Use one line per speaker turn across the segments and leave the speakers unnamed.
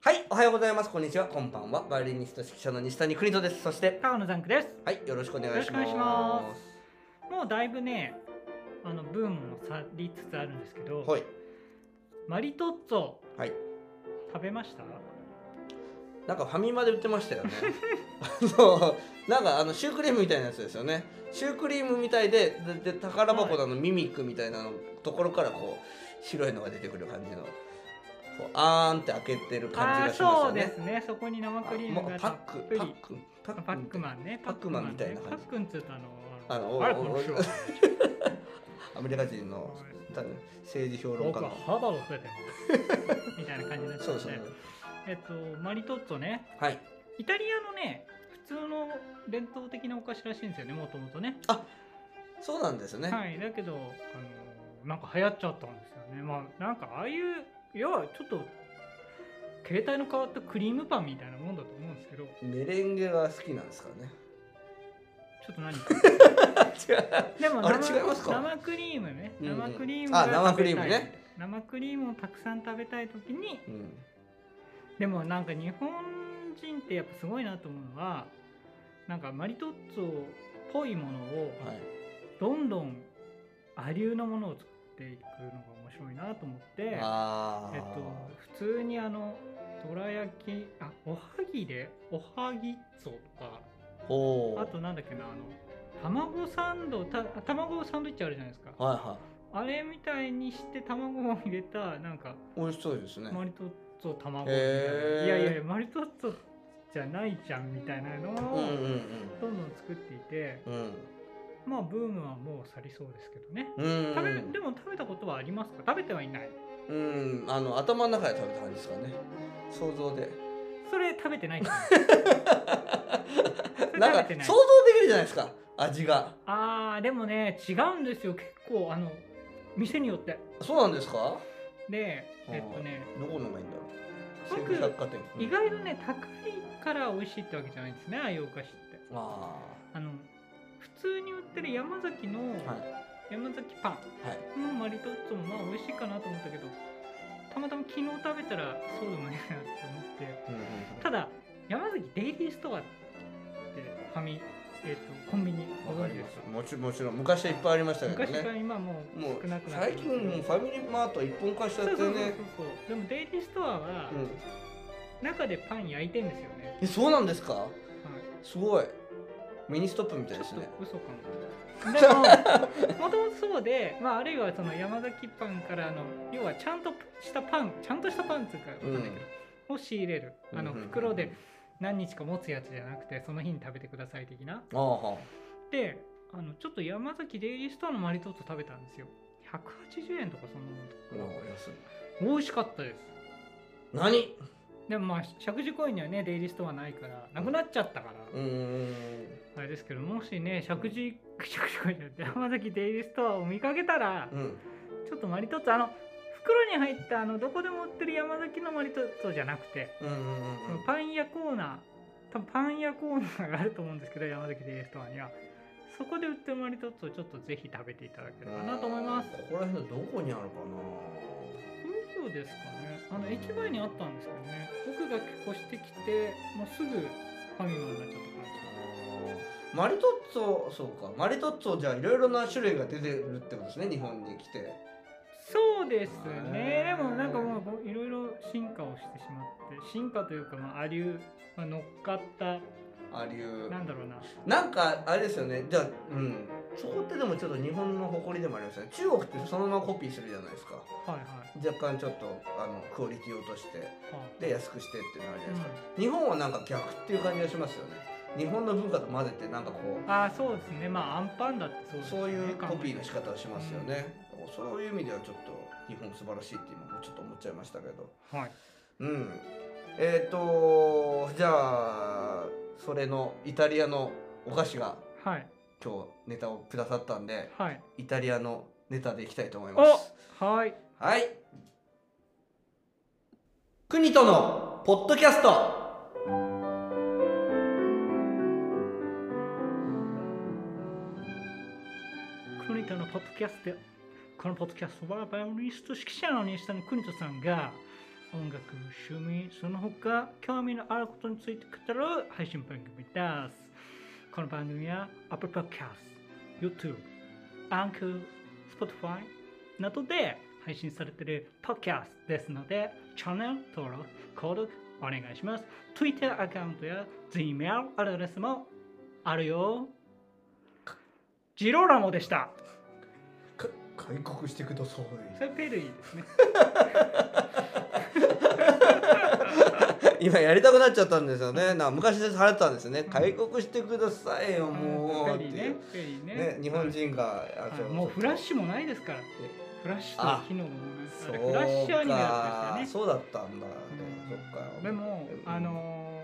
はい、おはようございます。こんにちは。こんばんは。バイオリニスト指揮者の西谷邦人です。そして、
高野ザンクです
はい、よろしくお願いし
よ
ま
ろ
す。
しくお願いしもうだいぶねあのブームも去りつつあるんですけど、
はい、
マリトッツォ
はい。
食べました
なんかファミマで売ってました よね。あの、なんかあのシュークリームみたいなやつですよね。シュークリームみたいで、で、で宝箱のあのミミックみたいなのところからこう白いのが出てくる感じの。こうあーんって開けてる感
あ
じ
あ
がします
そ
よ
うで
ね
す。ねそこに生クリー
も
ム
う
が
パ
た
ッ
っ
ク
ぷ
パ
り
ックパ
パックマンね
パックマンみたいな
パ
感
ッ
じ
クンっつうとあの
あのお
あれこの人は
アメリカ人の多分政治評論家
僕は
の
肌を増えてますみたいな感じになっちゃ
そううんそう
でえっとマリトッツォね
はい
イタリアのね普通の伝統的なお菓子らしいんですよねもともとね
そうなんですね、
はい、だけど、あのなんか流行っちゃったんですよね。まあ、なんかああいう、いや、ちょっと。携帯の変わったクリームパンみたいなもんだと思うんですけど、ち
メレンゲが好きなんですか ね
ょっと何か。
違う
でも
あれ
生
違いますか
生クリームね。
うんうん
生クリーム
あ
が食
生ク
べたい、
リームね。
生クリームをたくさん食べたい時に、
うん
でもなんか日本人ってやっぱすごいなと思うのは。なんかマリトッツォっぽいものを、
はい
どんどん。アリューのものを作っていくのが面白いなと思って。
ああ
えっと、普通にあのどら焼きあおはぎでおはぎっつおとか
ほう
あとなんだっけなあの卵サンドた卵サンドイッチあるじゃないですか
はいは
あれみたいにして卵を入れたなんか
い美味しそうですね
マリトッツォ卵みたいな、
へー
いやいやいやマリトッツォじゃないじゃんみたいなの
うんうん
をどんどん作っていて、
うん
まあブームはもう去りそうですけどね
うん
食べるでも食べたことはありますか食べてはいない
うんあの頭の中で食べた感じですかね想像 で
それ食べてない ですねそれ
なんか
食べてない
想像できるじゃないですか味が
あーでもね違うんですよ結構あの店によって
そうなんですか
で
あー
えっとね
どこのがいいんだろう西
僕
武百貨店
意外とね高いから美味しいってわけじゃないんですねああいうお菓子って
あ
あの普通に売ってる山崎の
あはい
山崎パ
はい
ンのマリトッツォもまあ美味しいかなと思ったけどたまたま昨日食べたらそうでもないなって思って
うんうん
ただ山崎デイリーストアってファミえっとコンビニご
うんわかり
存知で
ますすもちもちろん昔はいっぱいありましたけ
昔
ど
か
ね
ら今もう
もう
少なくなって
最
ます
近
けど
もうファミリーマート一本化しちゃ
そう
っ
そう
て
そうそう
ね
そうでもデイリーストアは
うん
中でパン焼いてんですよね、
えそうなんですか
はい
すごいミニストップみたい
ちょ
で
っ
す
と
ね
嘘か もでももともとそうで、まあ、あるいはその山崎パンからの要はちゃんとしたパンちゃんとしたパンっていうかわかんないけど、を仕入れるあの
うんうんうん
袋で何日か持つやつじゃなくてその日に食べてください的な
ああは
であのちょっと山崎デイリーストアのマリトッツォ食べたんですよ180円とかそんなもんと
あなんか安い
美味しかったです
何
でもまあ食事コインにはねデイリーストアないからなくなっちゃったから、
うーん
あれですけどもしね食事食事会じゃなくて山崎デイリーストアを見かけたら、
うん
ちょっとマリトッツォあの袋に入ったあのどこでも売ってる山崎のマリトッツォじゃなくて、
うんうんうん
そのパン屋コーナー多分パン屋コーナーがあると思うんですけど山崎デイリーストアにはそこで売ってるマリトッツォをちょっとぜひ食べていただければなと思います
ここら辺のどこにあるか
どうですかねあの駅前にあったんですけどね僕が越してきてもうすぐファミマになっちゃった感じ
なあーマリトッツォそうかマリトッツォじゃあいろいろな種類が出てるってことですね日本に来て
そうです
へ
ね
ー。
でもなんかもういろいろ進化をしてしまって、進化というかまあアリュー、まあ、乗っかった
ありゅう
なんだろうな。
なんかあれですよねじゃあうんそこってでもちょっと日本の誇りでもありますよね中国ってそのままコピーするじゃないですか
はいはい。
若干ちょっとあのクオリティを落として
はい
で安くしてっていうのがあるじゃないですか、
う
日本はなんか逆っていう感じがしますよね日本の文化と混ぜてなんかこ
んああそうですね。まあアンパンだってそうですね。
うそういうコピーの仕
考
方をしますよね、そういう意味ではちょっと日本素晴らしいって今もちょっと思っちゃいましたけど
えたらはい。
うんえっ、ー、とじゃあそれのイタリアのお菓子が
はい
今日ネタをくださったんで
はい。
イタリアのネタでいきたいと思います
おはい。
はい国とのポッドキャスト
クニトのポッドキャストでこのポッドキャストはバイオリニスト指揮者の西谷邦人さんが音楽、趣味、その他興味のあることについて語る配信番組です。この番組は Apple Podcast、YouTube、Anchor、Spotify などで配信されている Podcast ですので、チャンネル登録、購読お願いします。Twitter アカウントや Gmail アドレスもあるよ。ジローラモでした。
か開国してください
それペルイですね。
今やりたくなっちゃったんですよねな昔でされてたんですよね開国してくださいよもう
ペ
って
リー
い
ね
う。
ペリーね。
ね日本人が
は
あ
い。
そう
もうフラッシュもないですから。フラッシュという機能もないあれフラッシュアニメだったんですよ
そ
ね。
うだったんだ、ね
う
そ
ん
っか
でも、あの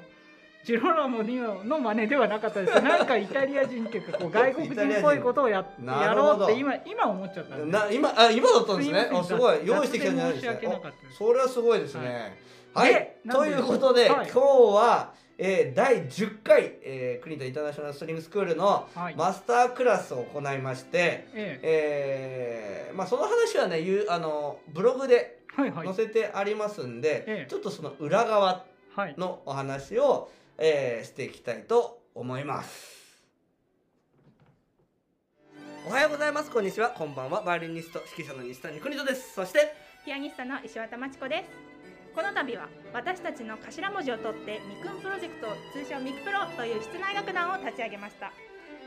ー、ジローラモニオの真似ではなかったです。なんかイタリア人っていうかこう外国人っぽいことをや
イタリア人
やろうって
な
今今思っちゃったんです。
な今あ今だったんですね
すいません
あすごい用意してきたんじゃないです
雑で申し訳なかったです
おそれはすごいですねはい、
でなん
と
で
いうことで、
は
今
い
日は、えー第10回、えー、クリントンインターナショナルストリングスクールの
はい。
マスタークラスを行いまして、
ええ
えーまあ、その話はねゆうあのブログで
はいはい
載せてありますんで、
ええ
ちょっとその裏側
はい。
のお話を、えーしていきたいと思います。おはようございます。こんにちは。こんばんは。バイオリニスト指揮者の西谷邦人です。そして
ピアニストの石渡真知子です。この度は私たちの頭文字を取ってミクンプロジェクト通称ミクプロという室内楽団を立ち上げました。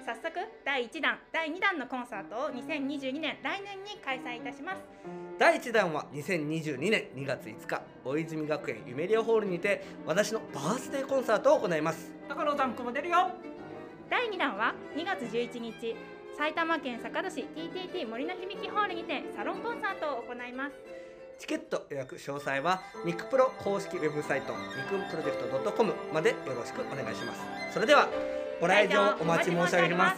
早速第1弾、第2弾のコンサートを2022年来年に開催いたします。
第1弾は2022年2月5日大泉学園ゆめりおホールにて私のバースデーコンサートを行います。
高野さんこも出るよ。
第2弾は2月11日、埼玉県坂戸市 TTT 森の響きホールにてサロンコンサートを行います。
チケット予約詳細はミクプロ公式ウェブサイトミクンプロジェクト .com までよろしくお願いします。それではご来場お待ち申し上げます。。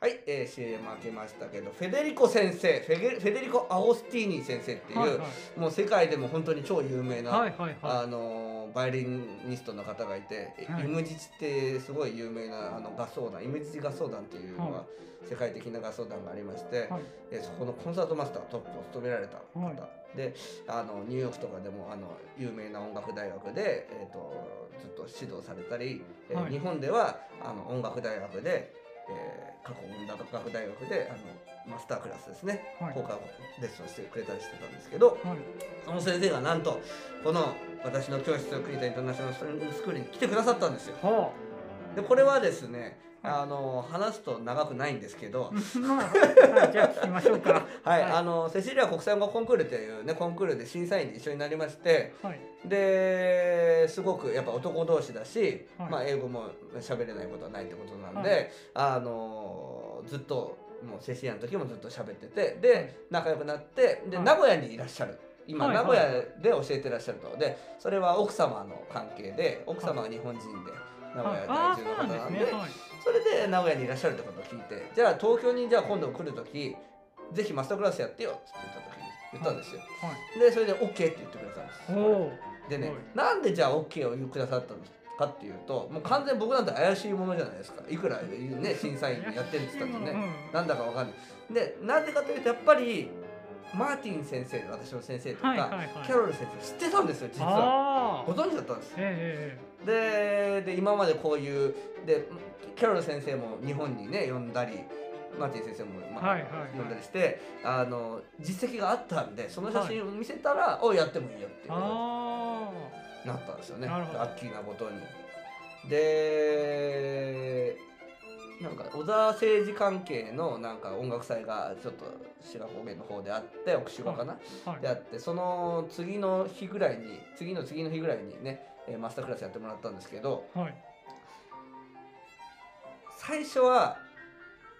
はい、えー、CM 開けましたけどフェデリコ先生フェゲフェデリコ・アゴスティーニ先生っていう、
はいはい
もう世界でも本当に超有名な、
はいはいは
あのーバイオリニストの方がいて、
はい
イムジチってすごい有名なあの合奏団イムジチ合奏団っていうの
は
は世界的な合奏団がありまして、
いはい。
えそこのコンサートマスタートップを務められた方、
は
であのニューヨークとかでもあの有名な音楽大学で、えー、とずっと指導されたり、えー
はい
日本ではあの音楽大学で、えー、過去音楽大学であのマスタークラスですね
はい
効果をレッスンしてくれたりしてたんですけど
はい。
その先生がなんとこの私の教室のクリタインターナショナルストリングスクールに来てくださったんですよ。
は
でこれはですね
はい
あの話すと長くないんですけど、
あ。まあはいじゃあ聞きましょうか。
はい、
はい
あのセシリア国際音楽コンクールというねコンクールで審査員で一緒になりまして
はい。
ですごくやっぱ男同士だし、
はい
まあ英語も喋れないことはないってことなんで、
は
あのずっともうセシリアの時もずっと喋ってて
はい
で仲良くなってで、
はい
名古屋にいらっしゃる。今、
はい
名古屋で教えてらっしゃるとでそれは奥様の関係で奥様は日本人で名古
はい
屋
ああ
在
そ
住
う
の
な
方な
んです
ん
ね。
で
はい。
それで名古屋にいらっしゃるってことを聞いてじゃあ東京にじゃあ今度来る時ぜひマスタークラスやってよって言った時に言ったんですよ、
はい。
でそれで OK って言ってくださったんです
おお。
でね
はい
なんでじゃあ OK を言ってくださったのかっていうともう完全に僕なんて怪しいものじゃないですかいくら ね審査員やってるって言ったんでね
うん
なんだかわかんないでなんでかというとやっぱりマーティン先生私の先生とか、
はいはいはい。
キャロル先生知ってたんですよ実は
あ
ご
あ。
存知だったんです
ええ
でで今までこういうでキャロル先生も日本にね呼んだりマーティン先生も、まあ
はいはいはい
呼んだりしてあの実績があったんでその写真を見せたら「おやってもいいよ」っていうこ
あ
とになったんですよね
なるほど
ラッキーなことに。でなんか小沢政治関係のなんか音楽祭がちょっと志賀高原の方であって奥志賀かな、
あ、はい
であってその次の日ぐらいに次の次の日ぐらいにねえーマスタークラスやってもらったんですけど、
はい
最初は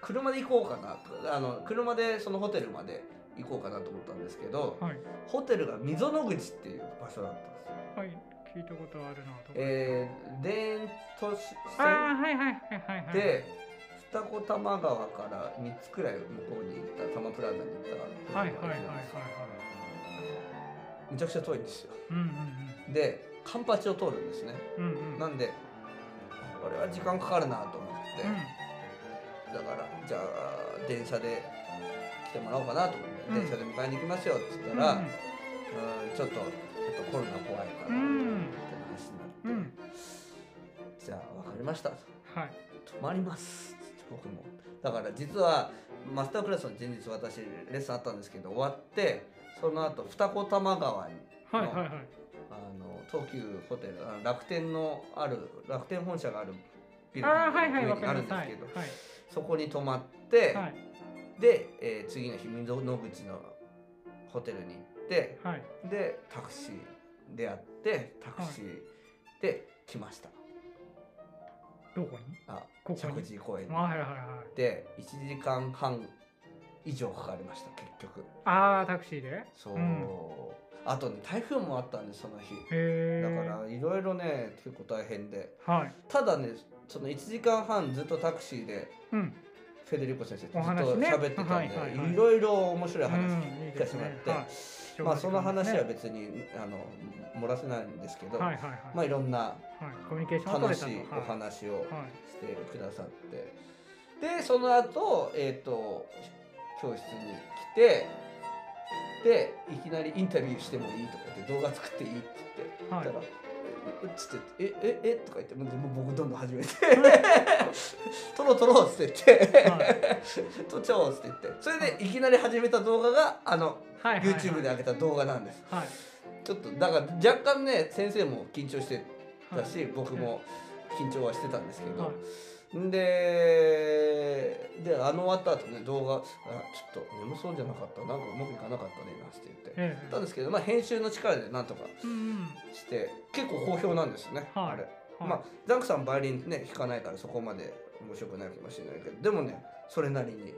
車で行こうかなあの車でそのホテルまで行こうかなと思ったんですけど、
はい
ホテルが溝の口っていう場所だったんですよ。
はい聞いたことあるなと。
えー、田園都市
あ
線
あはいはいはいはいはい。
で二子玉川から3つくらい向こうに行った多摩プラザに行った
はいはいはいはいはい。
めちゃくちゃ遠いんですよ。
うんうん
でカンパチを通るんですね。
うんうんうん。
なんでこれは時間かかるなと思って。
うん
だからじゃあ電車で来てもらおうかなと思って、
うん
電車で迎えに行きますよって言
う
っ
ん
たら、うんちょっとちょっとコロナ怖いからって
う
話
ん
になって、
うん、うん、
じゃあ分かりました
はい
泊まりますって僕もだから実はマスタークラスの前日私レッスンあったんですけど終わってその後二子玉川に
はいはいはい
あの東急ホテルあの楽天のある楽天本社があるビルの
あーはいはい
上
わ
に
か
ある
り
ん
ます
です
は
け
い
ど
はい
そこに泊まって、
はい
で、えー次の日溝野口のホテルに行って
はい
でタクシーで会ってタクシーで来ました、
どこに
あ
ここに
石神井公園に
はいはいはい
で1時間半以上かかりました結局
ああタクシーでへ
そう、
うん
あとね台風もあったんでその日
え
だからいろいろね結構大変で
はい
ただねその1時間半ずっとタクシーで
うん
フェデリコ先生とず
お
っ
話
と
ね
喋ってたんで、
はい
い
はいはい
ろいろ面白い話
うんいい
聞か
で
せ
す
ても
ね
らって、
はい貴重
ま
な
あ
時
その
間で
話
すね
は別にあの漏らせないんですけど、
はいはいはい
まあいろんな
はいコミュニケーションを取
楽
れ
した
と
いお話を
はいはい
してくださってでその後えっ、と教室に来てでいきなりインタビューしてもいいとか言って動画作っていいって言って。
はい
たら、うっつって「えええとか言ってもうもう僕どんどん 始めて「撮ろう撮ろう」っつって言って
は
「撮っちゃおう」っつって言ってそれでいきなり始めた動画があの
はいはいはい
YouTube で上げた動画なんです
はい
ちょっとだから若干ね先生も緊張して
はい
たし僕も緊張はしてたんですけ
は
どんでであの終わった後ね動画あ「ちょっと眠そうじゃなかったなんかうまくいかなかったね」なんつって言って。
え
や
え
ったんですけど、まあ、編集の力でなんとか
うんうん
して結構好評なんですね、
はい
あれ
はい
まあザンクさんバイオリンね弾かないからそこまで面白くないかもしれないけどでもねそれなりに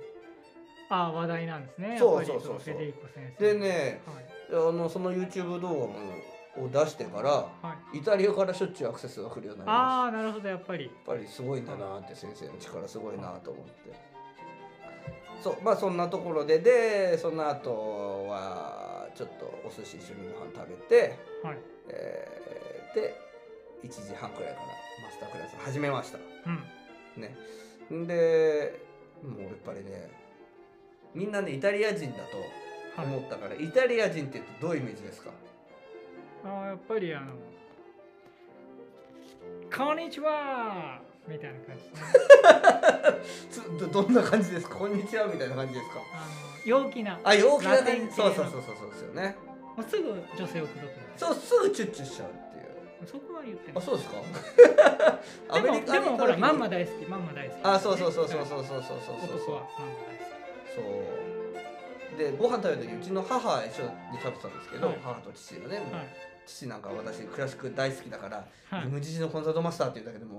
ああ話題なんですね
そう
やっぱり
そうそうそう
フェデリコ先生
でね
はい
あのその YouTube 動画もを出してから
はい
イタリアからしょっちゅうアクセスが来るようになり
あ
ま
あなるほどやっぱり
したやっぱりすごいんだなって先生の力すごいなと思ってそうまあそんなところででその後はちょっとお寿司一緒にご飯食べて、
はい
えーで1時半くらいからマスタークラス始めました
う
ね
ん
でもうやっぱりねみんなねイタリア人だと
はい
思ったから、イタリア人って言うとどういうイメージですか
あーやっぱりあの「こんにちは!」みたいな感じです
つ
ね
どどんな感じですかこんにちはみたいな感じですか
あの陽気なも
あ陽気な
ラテン
感じ
系
そ
の
うそうそうそうそうですよね
うすぐ女性を口説くの
そうすぐチュッチュしちゃうっていう
そこは言ってな
あ
い
そう ですか
でもでもほら
に
マンマ大好きマンマ大好き
あそうそうそうそう
う
そうそうそうそうそう
男はマンマ大好
そうでご飯食べる時うちの母は一緒に食べてたんですけど、
はい
母と父がね、もう
きはい
父なんか私クラシック大好きだから
はい
無父のコンサートマスターっていうだけでも、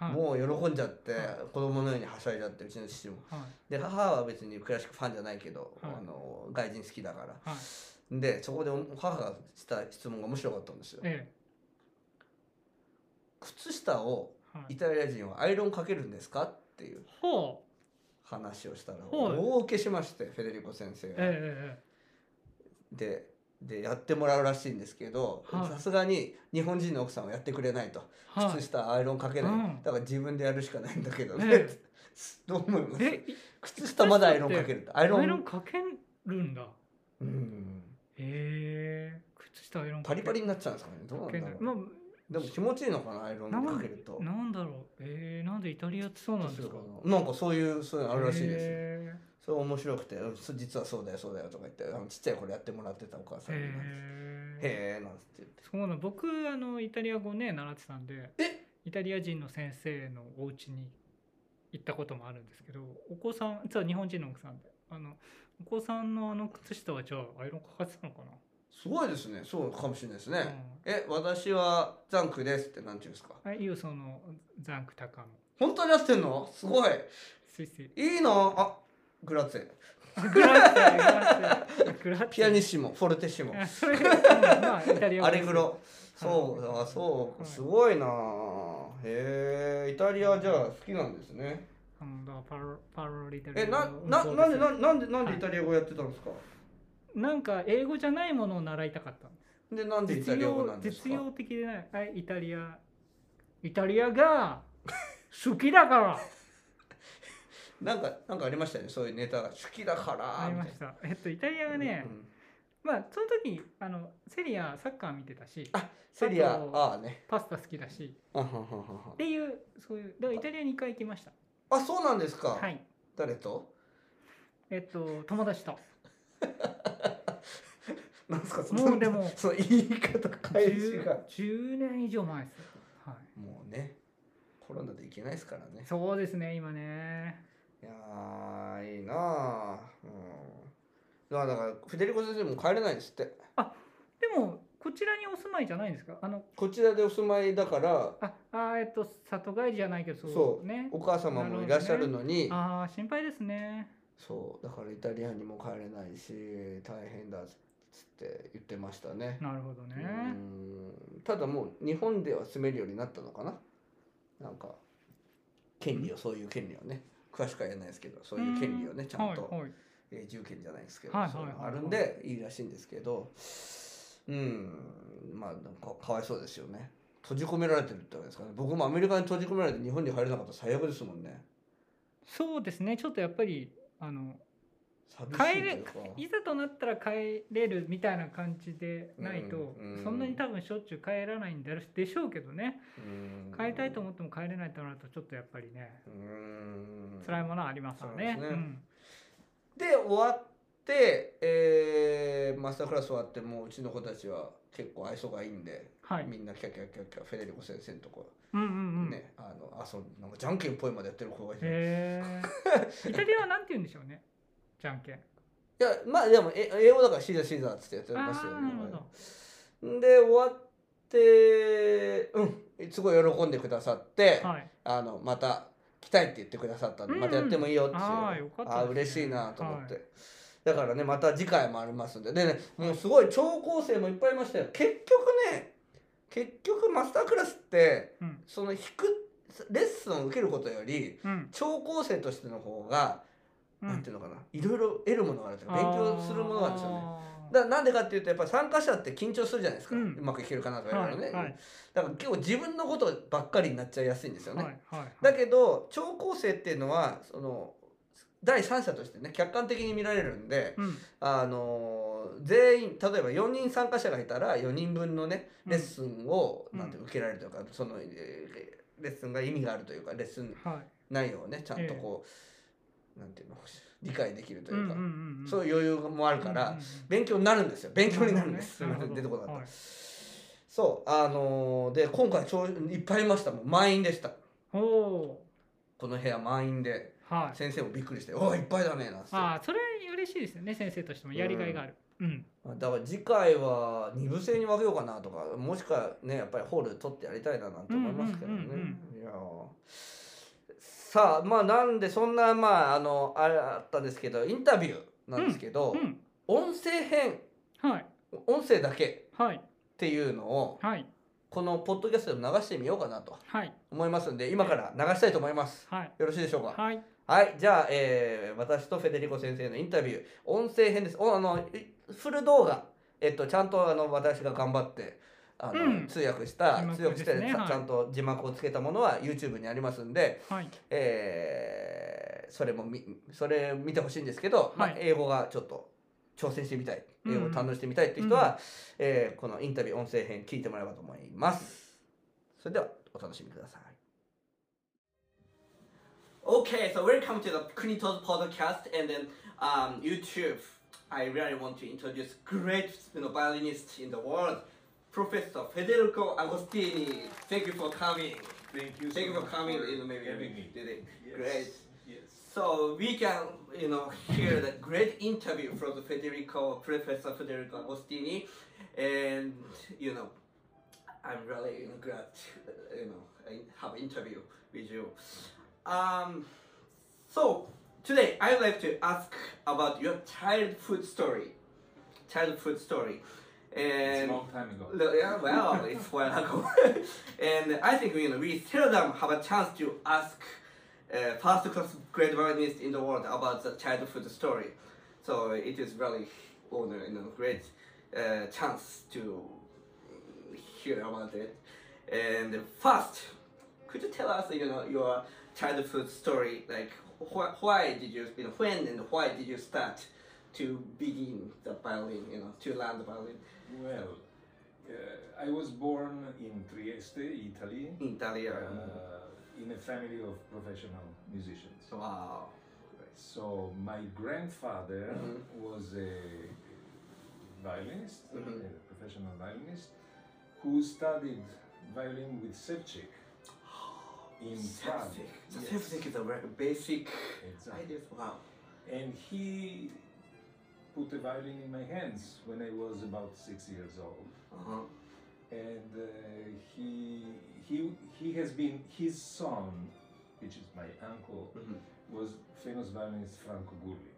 はい
もう喜んじゃって、
はい
子供のようにはしゃいじゃってうちの父も
はい
で母は別にクラシックファンじゃないけど、
はい
あの外人好きだから
はい
でそこで母がした質問が面白かったんですよ
え
靴下を
えは
イ
い
タリア人はアイロンかけるんですかっていう
ほう
話をしたら
はい
大受けしましてフェデリコ先生
え
が。
え
ででやってもらうらしいんですけど
はい
さすがに日本人の奥さんはやってくれないと
ええは
靴
い
下アイロンかけない、
うん
だから自分でやるしかないんだけどね、
え
どう思います
えい
靴下まだアイロンかけるとアイロン
アイロンかけるんだ
うん
ええ靴下アイロン
パリパリ
か
になっちゃうんですかねどうなん
け
だ
な
ろ、
いうまあ
でも気持ちいいのかなアイロンかけると
なんだろうえー、なんでイタリアってそうなんですか
なんかそういうそういうのあるらしいですよ
へ
それ面白くてうん「実はそうだよそうだよ」とか言ってあのちっちゃい頃やってもらってたお母
ー
さんに「
へー
へえ」なんつって言って
そうなの僕あのイタリア語ね習ってたんで
え
イタリア人の先生のお家に行ったこともあるんですけどお子さん実は日本人の奥さんであのお子さんのあの靴下はじゃあアイロンかかってたのかな、
すごいですねそうかもしれないですね、え私はザンクですってなんて言うんですか
うん、あいいよそのザンクタカの
本当にやってんのすごい
スイスイ
いいのあグラッツェ
グラッツェグラッツェグラッツェ
ピアニッシモフォルテッシモ
あそれ、うんまあ、イタリア語
ア
です
レグロそう
はい
あそう
はい
すごいなあへえイタリアじゃあ好きなんですね
あのだからパロパロリタリア
えな
語
な
そう
なん
で
ですななんでなん
は
で
い
イタリア語やってたんですか
なんか英語じゃないものを習いたかったんです
でなんでイタ
実
リア語
用
なんですか
実用的でないあイタリ アイタリアが好きだから
なんかなんかありましたよねそういうネタが好きだから
あり
み
ま
たい
したえっとイタリア
な
がね、
うんうん
まあその時あのセリアサッカー見てたし
あセリア
あと
ああね
パスタ好きだし
あはんはんはんはん
っていうそういうだからイタリアに一回行きました
あそうなんですか、
はい
誰と
えっと友達と
なんですかその
もうでも
その言い方返しが
10, 10年以上前ですよは
もうねコロナでいけないですからね
いそうですね今ね
いやーいいなあうんだからだからフェデリコ先生も帰れないんですって
でもこちらにお住まいじゃないんですかあの
こちらでお住まいだから
ああえっと里帰りじゃないけどそう
そう
ね
お母様もいらっしゃるのに
ああ心配ですね
そうだからイタリアにも帰れないし大変だっつって言ってましたね
なるほどね
うんただもう日本では住めるようになったのかななんか権利をそういう権利をね詳しくは言えないですけどそういう権利をねちゃんと、
はいはい
永住権じゃないですけど、
はい
そういうの
はいはい
あるんでいいらしいんですけどうんまあなんかかわいそうですよね閉じ込められてるってわけですからね僕もアメリカに閉じ込められて日本に入れなかったら最悪ですもんね
そうですねちょっとやっぱりあの
寂しい
帰
とい
れ
うか
いざとなったら帰れるみたいな感じでないと、
うんうん
そんなに多分しょっちゅう帰らないんだろでしょうけどね
うん
帰りたいと思っても帰れないとなるとちょっとやっぱりね
うん
辛いものはありますよね。
そう
う
ですね
ん
で終わって、えーマスタークラス終わってもううちの子たちは結構愛想がいいんで、
はい。
みんなキャキャキャキャフェデリコ先生のとこ、
うんうんうん。へ
ねあのあそうなんかじゃんけんっぽいまでやってる子がいて、
え。 イタリアはなんて言うんでしょうね。じゃんけん。
いやまあでもえ英語だからシーザーシーザーっつってやってますよ
あーなるほど
で終わってうんすごい喜んでくださって、
はい。
あのまた来たいって言ってくださったんで、
うんうん
またやってもいいよっていう
あーよかったですね
あー嬉しいなと思って、
は
だからねまた次回もありますんででねもうすごい超高生もいっぱいいましたよ結局ね結局マスタークラスって
うん
その弾くレッスンを受けることより
うん
超高生としての方が
う
なんてい
ん。
うのかないろいろ得るものがあるというか勉強するものがあるんですよね。だからなんでかっていうとやっぱ参加者って緊張するじゃないですか、う
うん
まくいけるかなとかいろいろね、
ね。はいはい
だから結構自分のことばっかりになっちゃいやすいんですよね、
はいはい。
だけど超高生っていうのはその第三者としてね客観的に見られるんで、
うん
あのー全員例えば4人参加者がいたら4人分のね
うん
レッスンを、
うん
なんて受けられるというかそのえーレッスンが意味があるというかレッスン
はい。
内容をねちゃんとこう、なんていうの理解できると
う
い
ん
う
う
か、
んうんうん。
そういう余裕もあるから、
うんうんうん、
勉強になるんですよ勉強になるんです、
なる
すい ま
ほど
せん出てこなかった、
はい
そうあのーで今回超いっぱいいましたもう満員でした
おお
この部屋満員で
ー。はい。
先生もびっくりして「おおいっぱいだね」なんつって
ああそれ嬉しいですよね先生としてもやりがいがある。うん。
だから次回は2部制に分けようかなとかもしかねやっぱりホール取ってやりたいななんて思いますけどね、
うんうんうん
いやーさあまあなんでそんなまああのあれあったんですけどインタビューなんですけど、
うん。
音声編
はい
音声だけ
はい
っていうのを
はい
このポッドキャストでも流してみようかなと
はい
思いますんで今から流したいと思います
はい
よろしいでしょうかはい、
はい。
じゃあ、えー私とフェデリコ先生のインタビュー音声編ですおあのいフル動画、えっと、ちゃんとあの私が頑張ってあの、
うん
通訳した
字幕
通訳して、
ですね
ちゃ
はい
ちゃんと字幕をつけたものは YouTube にありますんで、
はい。
えーそれもみそれ見てほしいんですけど、まあ
はい
英語がちょっと挑戦してみたい英語を堪能してみたいっていう人
うん
は、えーこのインタビュー音声編聞いてもらえばと思いますそれではお楽しみください Okay, so welcome to the Kunito's podcast and then um, YouTube. I really want to introduce great you know, violinist in the world, Professor Federico Agostini. Thank you for coming.
Thank you.
Thank
so
you for
much
coming. You know, maybe
having
we
me.
did it.
Yes.
Great.
Yes.
So we can, you know, hear that great interview from the Federico Professor Federico Agostini, and you know, I'm really you know, glad, uh, you know, I have interview with you. Um, so today I would like to ask about your childhood story, childhood story,
It's
and.
a long time ago.
No, Yeah, well, it's while ago. and I think you know, we seldom have a chance to ask uh, first class grade violinist in the world about the childhood story. So it is really honor and a great uh, chance to hear about it. And first, could you tell us you know your childhood story, like why, why did you, you know, when and why did you start to begin the violin, you know, to learn the violin
Well, uh, I was born in Trieste, Italy,
in Italy?
uh, in a family of professional musicians.
wow.
So my grandfather
Mhm.
was a violinist,
Mhm.
a professional violinist, who studied violin with Sevchik in Prague.
Septic. So
Yes.
septic is a very basic
Exactly.
idea. Wow.
And he put a violin in my hands when I was about six years old.
Uh-huh.
and uh, he he he has been his son, which is my uncle,
Mhm.
was famous violinist Franco Gulli,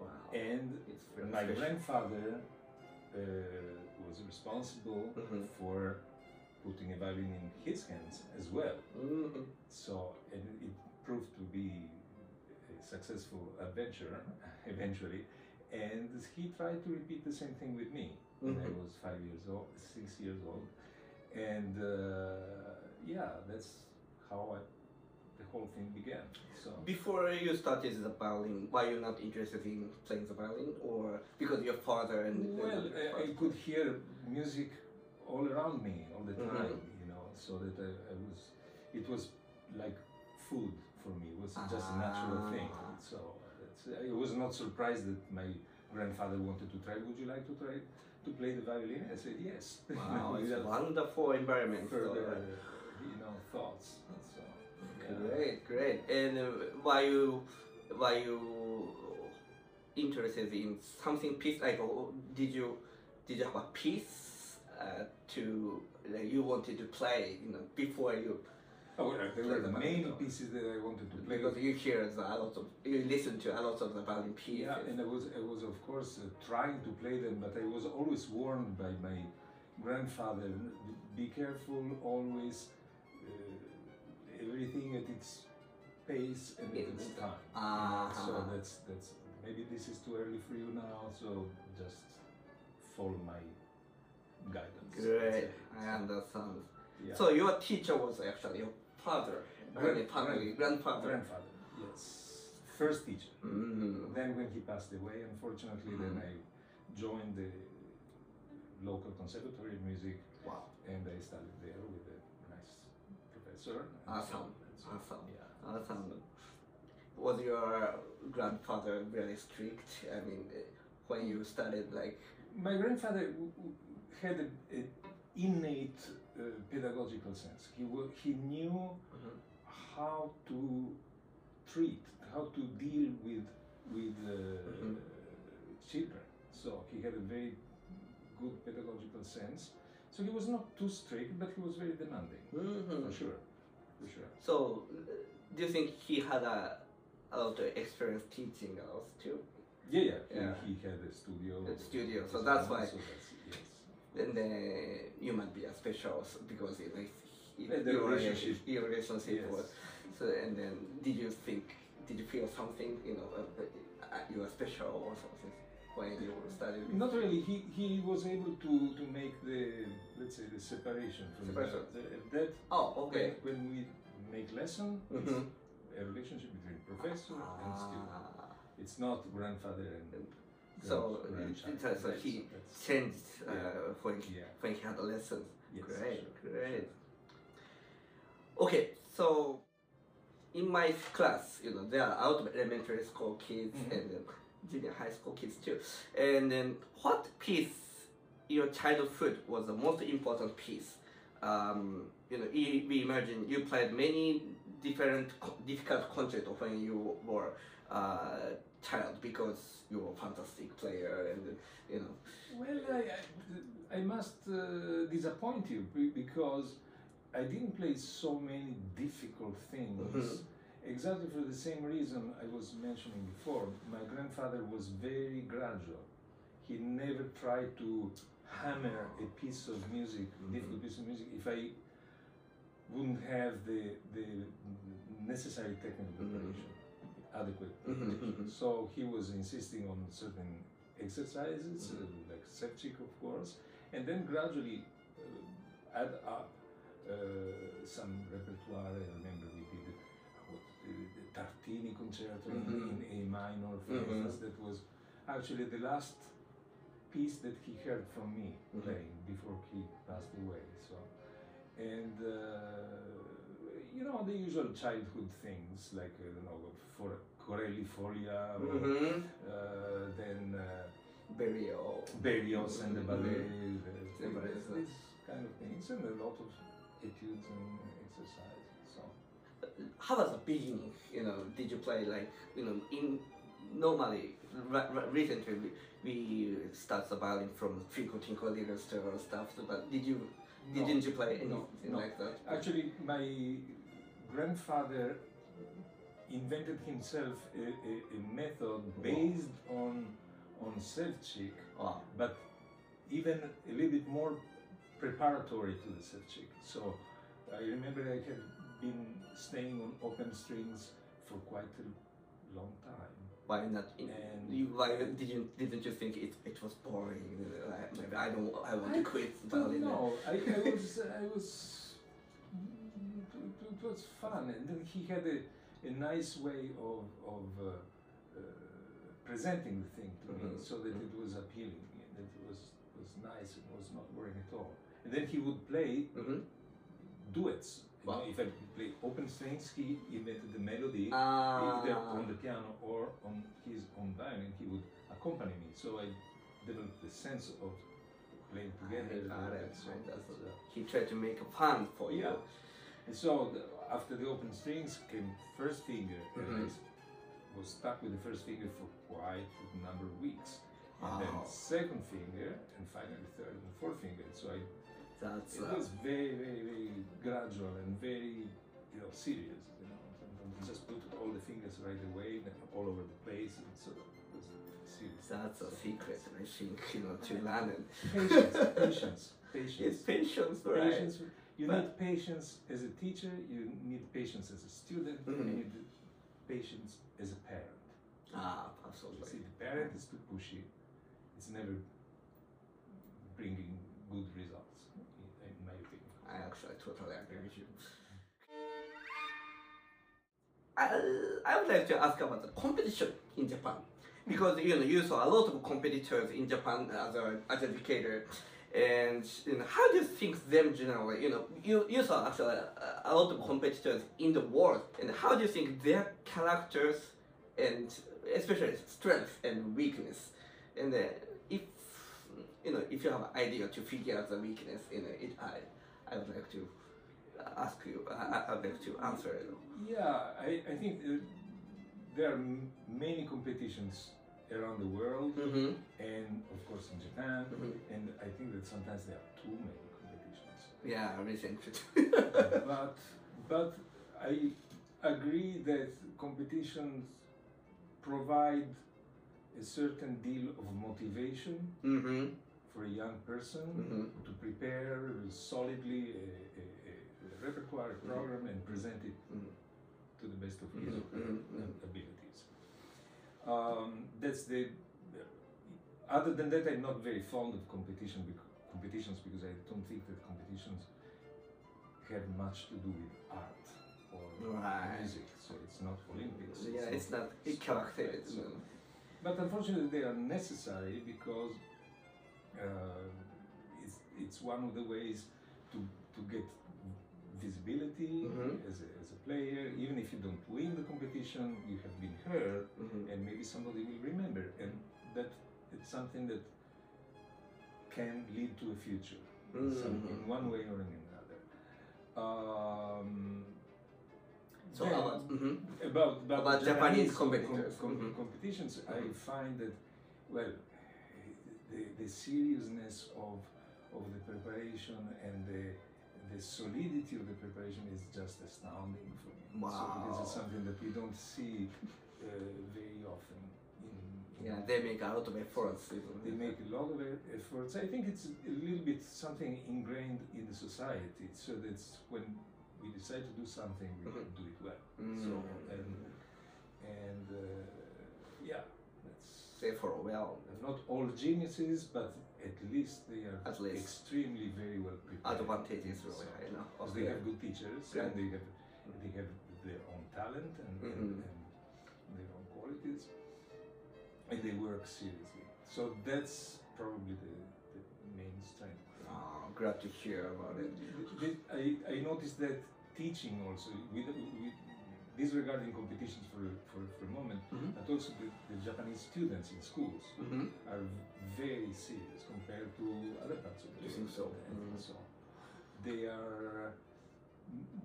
Wow.
and
it's very
my
special.
grandfather uh, was responsible
Mhm.
for putting a violin in his hands as well.
Mm-mm.
So and it proved to be a successful adventure eventually. And he tried to repeat the same thing with me when I
Mhm.
was five years old, six years old. And uh, yeah, that's how I, the whole thing began. So
Before you started the violin, were you not interested in playing the violin, or because your father and
well,
and
I, I could hear music all around me all the
Mhm.
time, you know, so that I, I was, it was like food for me. It was just a natural thing.
Ah.
So it's, I was not surprised that my grandfather wanted to try. Would you like to try to play the violin? I said yes.
Wow, it's a
Without
wonderful environment. so, uh,
further, uh, you know, thoughts. So, yeah.
Great, great. And uh, were you were you interested in something piece? Like, oh, did you did you have a piece uh, to that you wanted to play? You know, before you
Oh, yeah, there
Play
were
the
many
violin.
pieces that I wanted to play.
because you hear the, a lot of you listen to a lot of the violin pieces.
Yeah, and I was, I was of course uh, trying to play them, but I was always warned by my grandfather: be careful, always uh, everything at its pace and at
Yeah.
its time.
Ah.
So that's that's maybe this is too early for you now. So just follow my guidance. That's
Great,
it.
I understand.
Yeah.
So your teacher was actually your father, really
Grand-
family,
grand-
grandfather.
Grandfather, yes. First teacher.
Mm.
Then when he passed away, unfortunately, then I joined the local conservatory of music
Wow,
and I studied there with a nice professor. and
Awesome.
so- and so-
awesome.
Yeah.
Awesome. Was your grandfather very strict? I mean, eh, when you started, like,
My grandfather w- w- had an innate uh, pedagogical sense. He, wa he knew
Mm-hmm.
how to treat, how to deal with with uh,
Mhm.
children. So he had a very good pedagogical sense. So he was not too strict, but he was very demanding.
Mhm.
For sure, for sure.
so eh, do you think he had a, a lot of experience teaching us too?
Yeah, yeah. he-
Yeah.
He, had a studio.
A studio,
of
so
his
that's
own,
why-
So that's, yes.
Then eh, you might be a special s- because it, like,
Eh,
it,
the
your relationship,
relationship.
your relationship
Yes.
was So and then, did you think, did you feel something, you know, uh, uh, you were special or something when you studied?
Not really. He he was able to to make the let's say the separation from the-
Separation.
the- that.
Oh, okay.
When, when we make lesson, it's
Mhm.
a relationship between professor and student.
Ah,
It's not grandfather and
so
grand- grandchild.
it's, uh, so
That's-
he
that's-
changed uh,
Yeah.
when he,
Yeah.
when he had the lessons.
Yes,
great,
sure,
great. Okay, so in my class, you know, there are out of elementary school kids
Mhm.
and then junior high school kids too. And then, what piece in your childhood was the most important piece? Um, you know, i- we imagine you played many different co- difficult concerts when you were uh, child because you were a fantastic player and you know.
Well, I, I, I must uh, disappoint you be- because I didn't play so many difficult things.
Mhm.
Exactly for the same reason I was mentioning before. My grandfather was very gradual. He never tried to hammer a piece of music, difficult piece of music, if I wouldn't have the, the necessary technical
Mhm.
preparation, adequate
Mhm,
preparation.
mhm.
So he was insisting on certain exercises, uh, like septic, of course, and then gradually uh, add up uh, some repertoire. I remember we did uh, what, uh, the Tartini concerto
Mhm.
in, in A minor, for
Mhm.
instance, that was actually the last piece that he heard from me
Mhm.
playing before he passed away. So, and uh, you know the usual childhood things like I don't know, for Corelli Folia, or,
Mm-hmm.
uh, then uh,
Burial.
Berlioz and the
Mhm.
ballet,
The
uh,
ballets,
this kind of things, and a lot of etudes and exercises. So.
How was the beginning? You know, did you play like you know in normally r- r- recently we, we start the violin from Fico Tinko to and stuff, but did you
No.
didn't you play anything
No, no.
like that?
Actually, my grandfather invented himself a, a, a method based on on self-check,
Oh.
but even a little bit more preparatory to the self-check. So I remember I had been staying on open strings for quite a long time.
Why not? In,
And-
you, why didn't didn't you think it, it was boring? Like, maybe I don't I want to quit violin.
No, I, I was, I was, it, it was fun, and then he had a, a nice way of, of uh, uh, presenting the thing to me,
Mhm.
so that it was appealing, and that it was was nice, and was not boring at all. And then he would play
Mm-hmm.
duets. You know,
Wow.
if I play open strings, he invented the melody either
Ah.
on the piano or on his own violin, he would accompany me. So I developed the sense of playing together. and all
Got it.
that, so
Ah, That's-
it's, uh,
He tried to make a fun for you.
Yeah. And so the, after the open strings came first finger, and I
Mhm.
s- was stuck with the first finger for quite a number of weeks. And
Wow.
then second finger, and finally third and fourth finger. So I,
That's
it
uh,
was very, very, very gradual and very, you know, serious. You know, and then just put all the fingers right away, and all over the place, and so it was serious.
that's a secret. I think you know to learn it.
Patience, patience, patience.
It's patience, right?
patience. You
But-
need patience as a teacher. You need patience as a student.
Mhm.
You need patience as a parent.
Ah,
You
absolutely.
see, the parent is too pushy. It's never bringing good results, in- in my opinion.
I actually totally agree with you. I, I would like to ask about the competition in Japan because you know you saw a lot of competitors in Japan as a as an educator, and you know, how do you think them generally? You know you, you saw actually a, a lot of competitors in the world, and how do you think their characters and especially strengths and weakness, and uh, if you know if you have an idea to figure out the weakness, you know it I I would like to ask you. I, I would like to answer it.
Yeah, I, I think uh, there are m- many competitions around the world
Mm-hmm.
and, of course, in Japan.
Mhm.
And I think that sometimes there are too many competitions.
Yeah, recent.
but but I agree that competitions provide a certain deal of motivation
mm-hmm.
for a young person
Mhm.
to prepare solidly a, a, a repertoire a program and present it
Mhm.
to the best of his or her
Mhm, mhm,
abilities. Um, that's the. Other than that, I'm not very fond of competition bec- competitions because I don't think that competitions have much to do with art or
Right.
music. So it's not Olympics.
Yeah, it's not it
sport,
character.
right?
It's mm-hmm.
So- but unfortunately, they are necessary because uh, it's, it's one of the ways to, to get visibility
Mhm.
as, a, as a player. Even if you don't win the competition, you have been heard,
Mhm.
and maybe somebody will remember. And that it's something that can lead to a future in some-
Mhm.
in one way or in another. Um,
So
then-
about hmm
about about,
About
the
Japanese
com-
competitors.
com-
Mhm.
competitions,
Mhm.
I find that well, the, the seriousness of of the preparation and the the solidity of the preparation is just astounding for me. So because it's
Wow.
something that we don't see uh, very often. In,
yeah, they make a lot of efforts.
they make a lot of e- efforts. I think it's a little bit something ingrained in the society, so that's when we decide to do something, we
Mhm.
do it well.
Mm.
So and and uh, yeah, that's.
They for well.
they're Not all geniuses, but at least they are
At least.
extremely very well prepared.
Advantages, really.
So,
I know.
because they have good teachers
Yeah.
and they have they have their own talent and,
Mhm.
and, and their own qualities, and they work seriously. So that's probably the, the main strength.
Ah, glad to hear about it.
Th- th- I, I noticed that teaching also, with, with disregarding competitions for, for, for a moment,
Mhm.
but also the, the Japanese students in schools
Mm-hmm.
are very serious compared to other parts of the
You
world.
think so?
I think
Mm.
so. They are,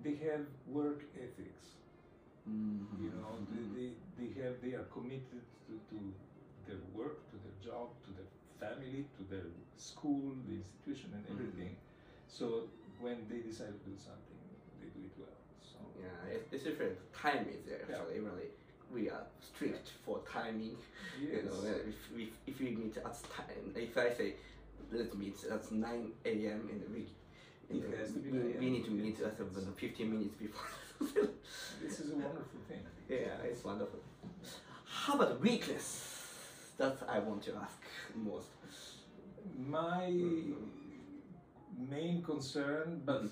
they have work ethics. You
Mm.
know, they, they, they have, they are committed to, to their work, to their job, to their family, to their school, the institution, and
Mhm.
everything. So when they decide to do something, they do it well. So
Yeah, it's, it's different. Time is there actually. Really, we are strict for timing. You
yes,
know, if we if we meet at time, if I say let's meet at nine a.m. in the week, you
It
know,
has to be
we,
9
we need to
a.m.
meet at
It's-
about fifteen minutes before.
this is a wonderful thing.
yeah, it's wonderful. How about weakness? That's I want to ask most.
My main concern, but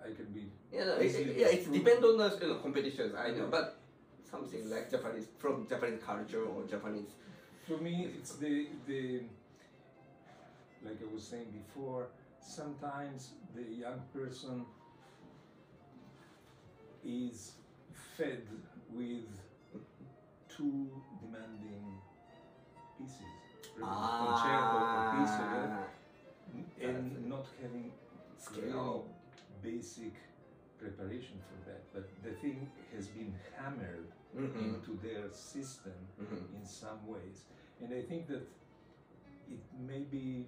I can be
Yeah, no, it, it- yeah, it's depend on the you know, competitions. I know, but something like Japanese from Japanese culture or Japanese.
For me, it's the the like I was saying before. Sometimes the young person is fed with too demanding pieces, concerto or piece, yeah,
Ah,
and not having
scale.
really basic preparation for that. But the thing has been hammered
Mm-hmm.
into their system
Mm-hmm.
in some ways. And I think that it may be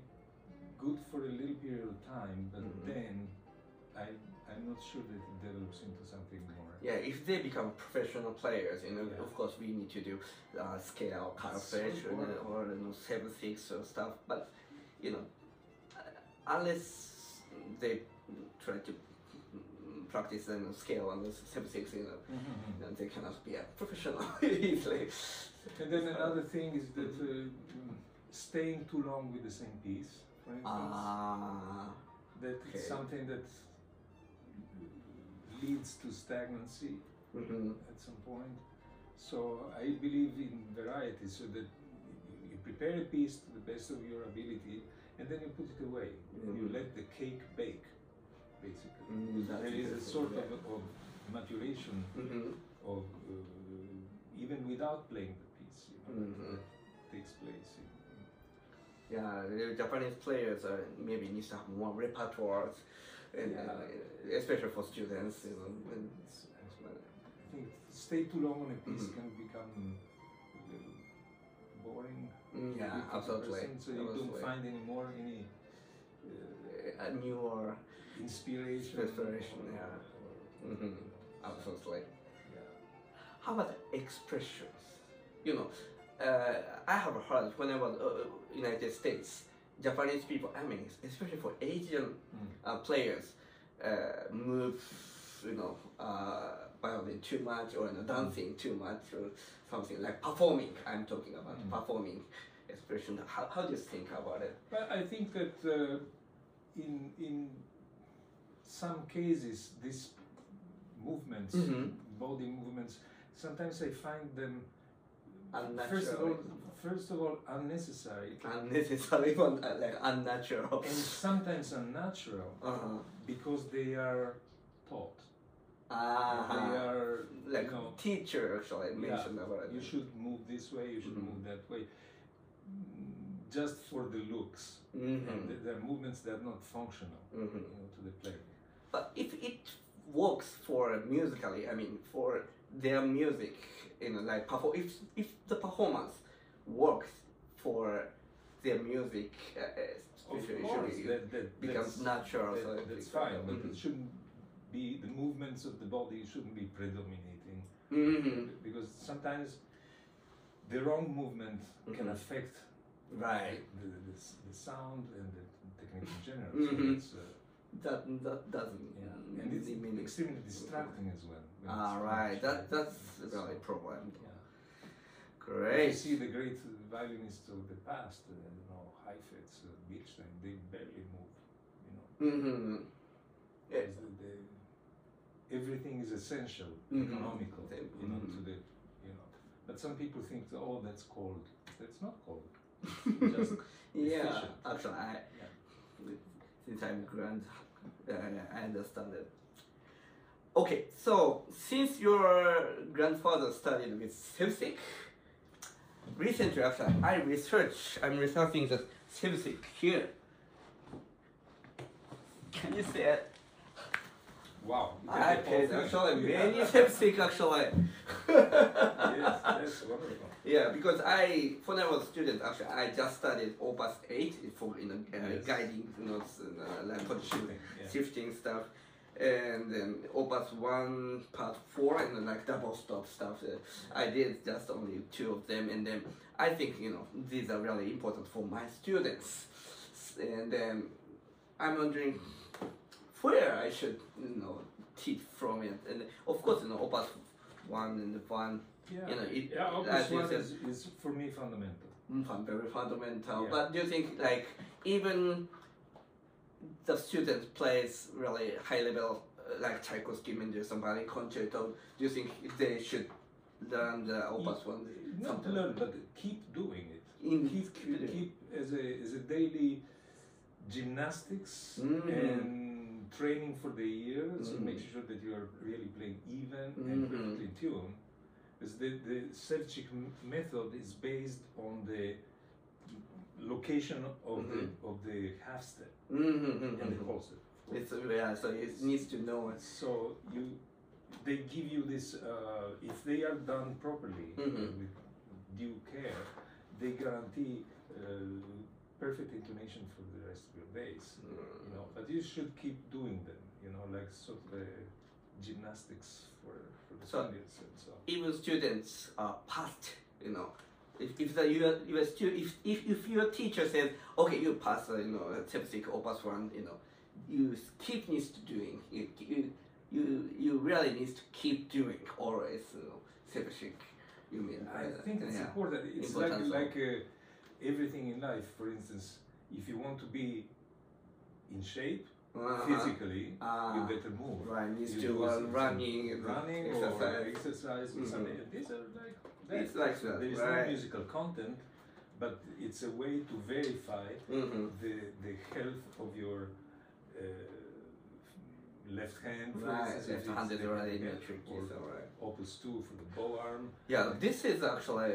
good for a little period of time, but
Mhm.
then I, I'm not sure that it develops into something more.
Yeah, if they become professional players, you know,
Yeah.
of course we need to do uh, scale calculation
important.
or you know, seven six or stuff. But you know, uh, unless they try to mm, practice and scale on the seven six, you know, then they cannot be a professional easily.
And then another thing is that uh,
Mm-hmm.
mm, staying too long with the same piece, for instance,
Ah,
that
okay.
it's something that leads to stagnancy.
mhm.
at some point. So I believe in variety, so that you- you prepare a piece to the best of your ability, and then you put it away. You
Mhm.
let the cake bake, basically.
Mm, that's
there is a
interesting,
sort
yeah.
of, of maturation
Mhm.
of uh, even without playing the piece, you know,
Mhm.
that takes place. In,
Yeah, the Japanese players uh, maybe needs to have more repertoires, and, and,
Yeah.
uh, especially for students, you know. And,
it's- I think stay too long on a piece
Mhm.
can become a little boring.
Mm, yeah,
to the
absolutely,
person, So you
absolutely.
don't find any more any. Uh,
a newer,
inspiration.
Inspiration,
or-
yeah.
or-
Mhm. absolutely.
Yeah.
How about expressions? You know, uh, I have heard when I was uh, United States, Japanese people. I mean, especially for Asian uh, players, uh, move, you know, uh, violin too much or you know, dancing too much or something like performing. I'm talking about
Mm.
performing expression. How, how do you think about it?
But I think that uh, in in some cases, these movements,
Mhm.
body movements, sometimes I find them first of all,
Unnatural,
first of all, unnecessary,
unnecessary, even, uh, like unnatural.
and sometimes unnatural
Uh-huh.
because they are taught. They
Ah,
are
like
you know,
teacher actually
Yeah,
mentioned about it.
you should move this way, you should
Mhm.
move that way, Mm, just for the looks.
Mhm.
And th- there are movements that are not functional
Mhm.
you know, to the play.
But if it works for musically, I mean, for their music, you know, like perform, if if the performance works for their music, uh, uh,
Of
it
course,
should be-
that, that
becomes
that's,
natural.
that-
so it
that's
becomes-
fine, but
Mhm.
it shouldn't be the movements of the body shouldn't be predominating
Mhm.
because sometimes the wrong movement can
Mhm.
affect
Right.
the, the, the, s- the sound and the technique in general. So
Mhm.
it's, uh,
That that doesn't.
yeah. And it's
mean-
extremely distracting as well. when it's
Ah,
too
right.
much.
That that's
So,
really problem.
yeah. You
Great.
see the great violinists of the past, uh, you know, Heifetz, uh, Bechstein, they barely move, you know.
Mhm. Yeah.
because they- they- everything is essential,
Mm-hmm.
Mhm.
economical,
They-
you know,
mhm.
to the, you know. But some people think, oh, that's cold. That's not cold. Just
yeah,
efficient.
actually, I, since I'm grand, uh, I understand it. Okay, so since your grandfather studied with Sevsik, recently after I research, I'm researching the Sevsik here. Can you see it?
Wow. you
I
take the whole
paid
thing.
actually
Yeah.
many Sevsik actually.
yes, that's wonderful.
Yeah, because I, when I was a student, actually, I just studied Opus 8 for you know, uh,
Yes.
guiding notes, and, uh, like position,
Yeah.
shifting stuff, and then Opus 1, part 4, and then, like double stop stuff. Uh, I did just only two of them, and then I think, you know, these are really important for my students. S- And then I'm wondering where I should, you know, teach from it. And of course, you know, Opus 1 and 1
Yeah.
You know, it-
yeah,
as
Opus
you
One
said-
is, is for me fundamental.
Mm, fun- very fundamental.
Yeah.
But do you think like even the student plays really high level uh, like Tchaikovsky, Mendelssohn, Violin concerto? Do you think they should learn the opus one?
Not
sometime?
learn, but keep doing it.
In-
keep
keep doing
keep,
it.
keep as a as a daily gymnastics
Mm.
and training for the year, so
Mm.
making sure that you are really playing even
Mhm.
and perfectly in tune. Is the the Selchik m- method is based on the location of the of the half step
Mm-hmm.
and the whole step. of course.
It's yeah, so it needs to know it.
So you, they give you this. Uh, if they are done properly
Mhm.
with due care, they guarantee uh, perfect intonation for the rest of your days.
Mm.
You know, but you should keep doing them. You know, like sort of a gymnastics for for the
So-
students and so.
Even students are passed, you know. If, if the your your stu- if, if if your teacher says okay you pass uh, you know Tchaikovsky opus one you know you s- keep needs to doing you you you, you really needs to keep doing or it's you know Tchaikovsky you mean
I
uh,
think it's
yeah.
important. It's
Important, so-
like like uh, everything in life. For instance, if you want to be in shape
Uh-huh.
physically, you
Ah,
better move.
right needs
You
to
do
uh,
some-
running and
running or
exercise
exercise or
Mhm.
something. These are like that.
It's like that,
There is
right.
no musical content, but it's a way to verify
Mhm.
the the health of your uh, left hand. for
right
instance, if
left
it's
handed
left
already
hand,
tricky
or
so right.
Opus two for the bow arm.
Yeah, this is actually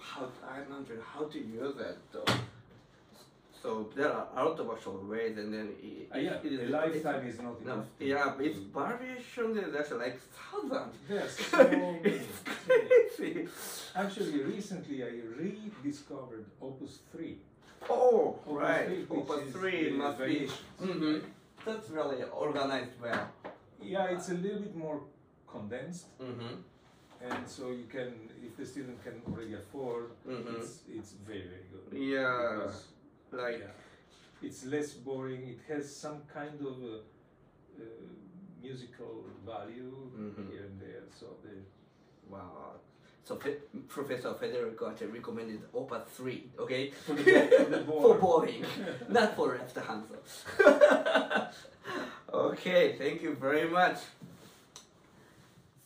how I'm wondering how to use it though. So there are a lot of actual ways, and then it,
Ah, yeah,
it
a lifetime is not
it's-
enough.
No,
to-
yeah, but
to-
it's variation is actually like thousand.
There's so many.
it's
so many.
crazy.
Actually, recently I rediscovered Opus three.
Oh,
Opus three,
right.
which
Opus
is
three
the
must be.
variations.
Mm-hmm. That's really organized well.
Yeah, it's a little bit more condensed,
Mm-hmm.
and so you can, if the student can already afford,
Mhm.
it's it's very very good.
Yeah,
Because,
like
yeah, it's less boring. It has some kind of uh, uh, musical value
Mhm.
here and there. So the
wow. So Fe- Professor Federico actually recommended Opus three. Okay.
the board.
for boring, not for left answer. okay, thank you very much.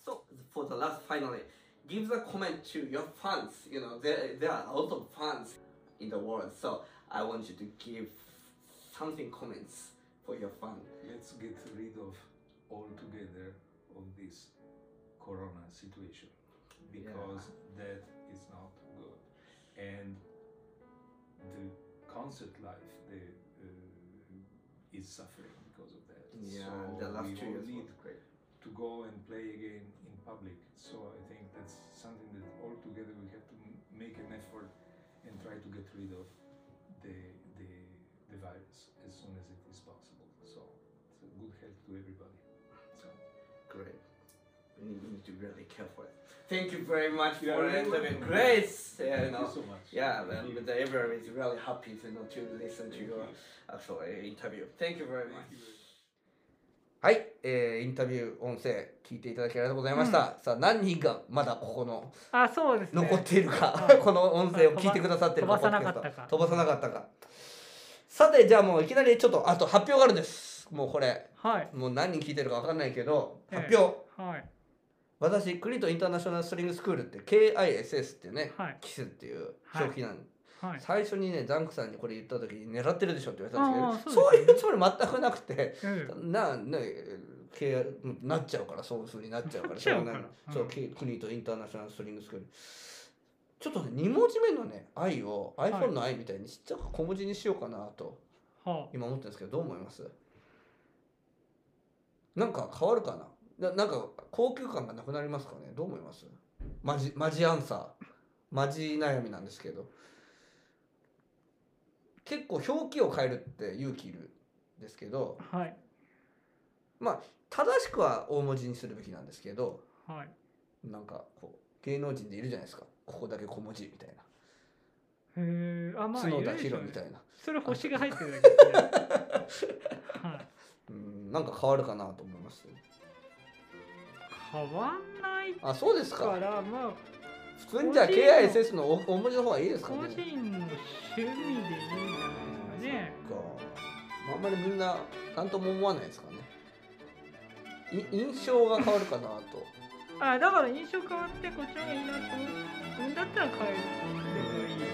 So for the last, finally, give the comment to your fans. You know there there are a lot of fans in the world, so I want you to give something comments for your fan.
let's get rid of altogether of this corona situation because that is not good and the concert life the, uh, is suffering because of that
Yeah,
so
the last
we
two
all
years
need
was great.
to go and play again in public so i think that's something that all together we have to m- make an effort and try to get rid of the the, the virus as soon as it is possible so so good health to everybody so
Great. We need- we need to be really careful. Thank you very much
You are
for
very
interviewing
welcome.
Grace. Yeah, you
thank
know.
you so much
Yeah,
Thank
and
you.
the everyone is really happy to, you know, to listen to
Thank
your
you.
actual uh, interview. Thank you very much.
Thank you very much.
はい、えーインタビュー音声聞いていただきありがとうございました、さあ何人がまだここの
あそうですね
残っているか、
はい
この音声を聞いてくださって
飛
る
ばさなかったか
ポッドキャスト飛ばさなかったかさてじゃあもういきなりちょっとあと発表があるんです
もうこれ
はい
もう何人聞いてるかわかんないけど
ええ
発表、
はい
私クリントンインターナショナルストリングスクールって KISS っていうね、
はい
キスっていう
はい
表記なんで、
はい
最初にねザンクさんにこれ言った時に狙ってるでしょって言われたんですけど
ああ
そ
そううですね
いうつもり全くなくて
ええ
なねけなっちゃうからそういうふうになっちゃうから
なっちゃうから
しょうがないそう
うん
けクリントンインターナショナルストリングスクールちょっとね2文字目のね「愛」を iPhone の「愛」みたいにちっちゃく小文字にしようかなと
は
今思ってるんですけどどう思いますなんか変わるかなななんか高級感がなくなりますかねどう思いますマジマジアンサーマジ悩みなんですけど結構表記を変えるって勇気いるんですけど
あはい
正しくは大文字にするべきなんですけど
はい
なんかこう芸能人でいるじゃないですかここだけ小文字みたい
へえあ
な
まあ
角田
いるでしょ
博
うね
みたいな
それ星が入ってるだ けですねはい
うんなんか変わるかなと思います
変わんない
あそうです
か
から
まあ
普通にじゃあ
個人の
KISS の大文字の方がいいですか
個
ね
人の趣味でいいんじゃないですかね
かあんまりみんな何とも思わないですかねい印象が変わるかなと
あだから印象変わってこっちの方がいいなと思うんだったら変えればいいと思いま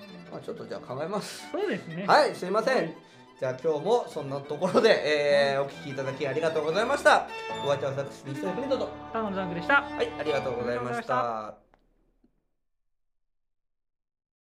すし
まあちょっとじゃあ考えます
そうですね
はいすいません、
はい
じゃあ今日もそんなところで、えーお聞きいただきありがとうございましたお相手は私西田クリントとは
高野ザンクでした
いありがとうございま
ありがとうございま
した